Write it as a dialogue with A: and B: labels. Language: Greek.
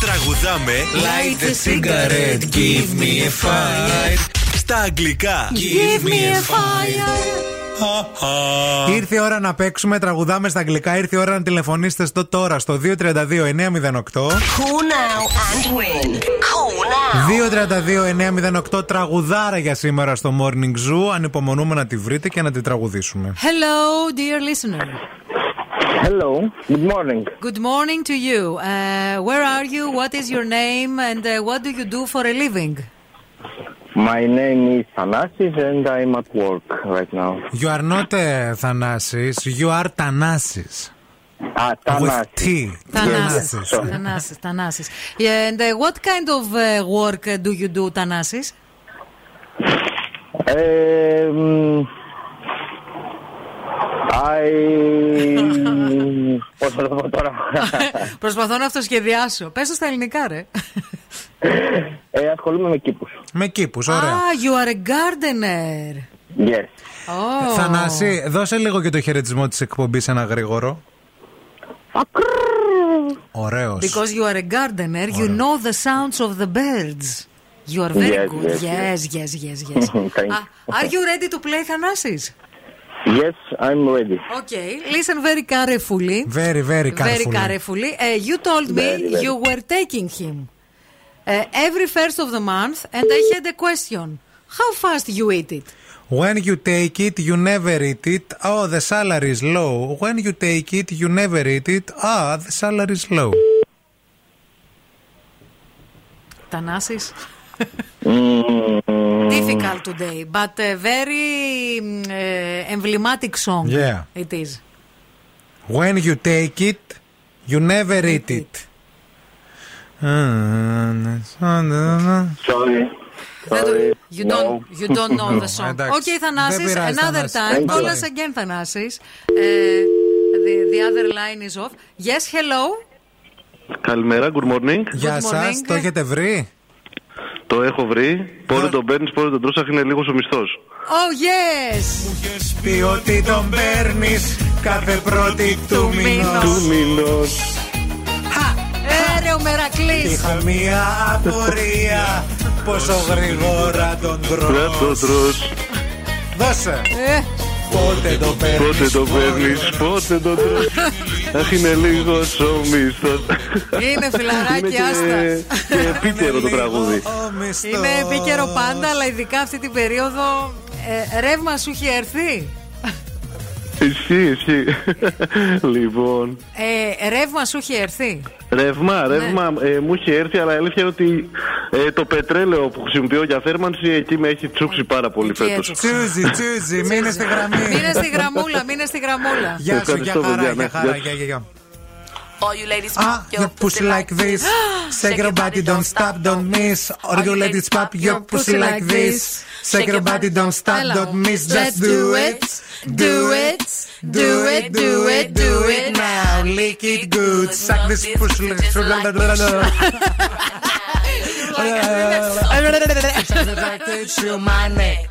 A: τραγουδάμε
B: Light a cigarette, give me a fire.
A: στα αγγλικά.
B: Give me a fire.
C: Ήρθε η ώρα να παίξουμε, τραγουδάμε στα αγγλικά. Ήρθε η ώρα να τηλεφωνήσετε στο τώρα στο 232-908. 232-908.
D: Call now and win. Call now.
C: Τραγουδάρα για σήμερα στο Morning Zoo. Ανυπομονούμε να τη βρείτε και να τη τραγουδήσουμε.
E: Hello, dear listener.
F: Hello, good morning.
E: Good morning to you. Uh, where are you? What is your name? And uh, what do you do for a living?
F: My name is Thanasis and I'm at work right now.
C: You are not a Thanasis, you are Thanasis.
F: Ah,
C: With
F: Thanasis.
C: T. Thanasis.
E: Thanasis. Thanasis. Thanasis. Yeah, and uh, what kind of uh, work uh, do you do, Thanasis?
F: Um, I... Πώς θα το πω τώρα.
E: Προσπαθώ να αυτοσχεδιάσω. Πες το στα ελληνικά, ρε.
F: ε, ασχολούμαι με κήπους.
C: Με κήπους, ωραία.
E: Ah, you are a gardener.
F: Yes.
E: Oh.
C: Θανάση, δώσε λίγο και το χαιρετισμό της εκπομπής ένα γρήγορο. Ωραίος.
E: Because you are a gardener, you know the sounds of the birds. You are very
F: Yes,
E: good.
F: yes,
E: Yes, yes, yes, yes.
F: Thank
E: Ah, are you ready to play, Thanasis?
F: Yes, I'm ready.
E: Okay. Listen very carefully.
C: Very, very
E: Very
C: careful.
E: carefully. Uh, you told me
F: Very, very.
E: you were taking him uh, every first of the month, and I had a question. How fast you eat it?
C: When you take it, you never eat it. Oh, the salary is low. When you take it, you never eat it. Ah, the salary is low.
E: Thanasis?
F: Mm,
E: Difficult today, but a very mm, uh, emblematic song.
C: Yeah.
E: It is.
C: When you take it, you never eat it.
F: sorry.
E: Δεν το-
F: Sorry.
E: You
F: No.
E: don't, you don't know the song.
C: Εντάξει.
E: Okay,
C: Δεν
E: Thanasis,
C: πειράζει,
E: another
C: Θανάση.
E: time.
F: Thank you.
E: Call us again, Thanasis. Uh, the, the other line is off. Yes, hello.
G: Καλημέρα, good morning.
C: Γεια
E: Good
C: σας,
E: morning.
C: το έχετε βρει.
G: Το έχω βρει. Πότε τον παίρνεις, πότε τον τρώσαχ είναι λίγο ο μισθό.
E: Oh, yes.
C: Πει ότι τον παίρνεις κάθε πρώτη του μηνός.
E: Έρε ο Μερακλής.
C: Είχα μία απορία πόσο γρήγορα τον
G: Να το
C: τρως
G: τρως,
C: Δώσε!
E: Ε,
C: Πότε το παίρνεις
G: πότε το παίρνεις, πότε το τρως Αχ, είναι λίγο ο μισθό.
E: Ε, Είναι φιλαράκι, άστα.
G: Και επίκαιρο το τραγούδι.
E: Είναι επίκαιρο πάντα, αλλά ειδικά αυτή την περίοδο ε, ρεύμα σου έχει έρθει. Ναι.
G: Ισχύει, ισχύει. Λοιπόν.
E: Ε, ρεύμα σου έχει έρθει.
G: Ρεύμα,
E: Ναι.
G: ρεύμα, ε, μου είχε έρθει, αλλά η αλήθεια είναι ότι ε, το πετρέλαιο που χρησιμοποιώ για θέρμανση εκεί με έχει τσούξει πάρα πολύ
E: Εκεί
G: φέτος.
E: έτσι.
C: Τσούζι, τσούζι, μείνε στη γραμμή.
E: Μείνε στη γραμμούλα, μείνε στη γραμμούλα.
C: Γεια σου, για
G: Ευχαριστώ,
C: χαρά,
G: παιδιά,
C: για
G: ναι.
C: χαρά,
G: Γεια
C: για γεια.
D: All you ladies,
C: Ah,
D: pop
C: your pussy like this. Shake your body, don't stop, don't miss. All you ladies pop your pussy like this. Shake your body, don't stop,
E: Έλα
C: don't
E: μου.
C: miss. Just do it, do it, do it, do it, do it now. Lick it good, suck this pussy.
D: Like a remix.
C: Suck it to my neck.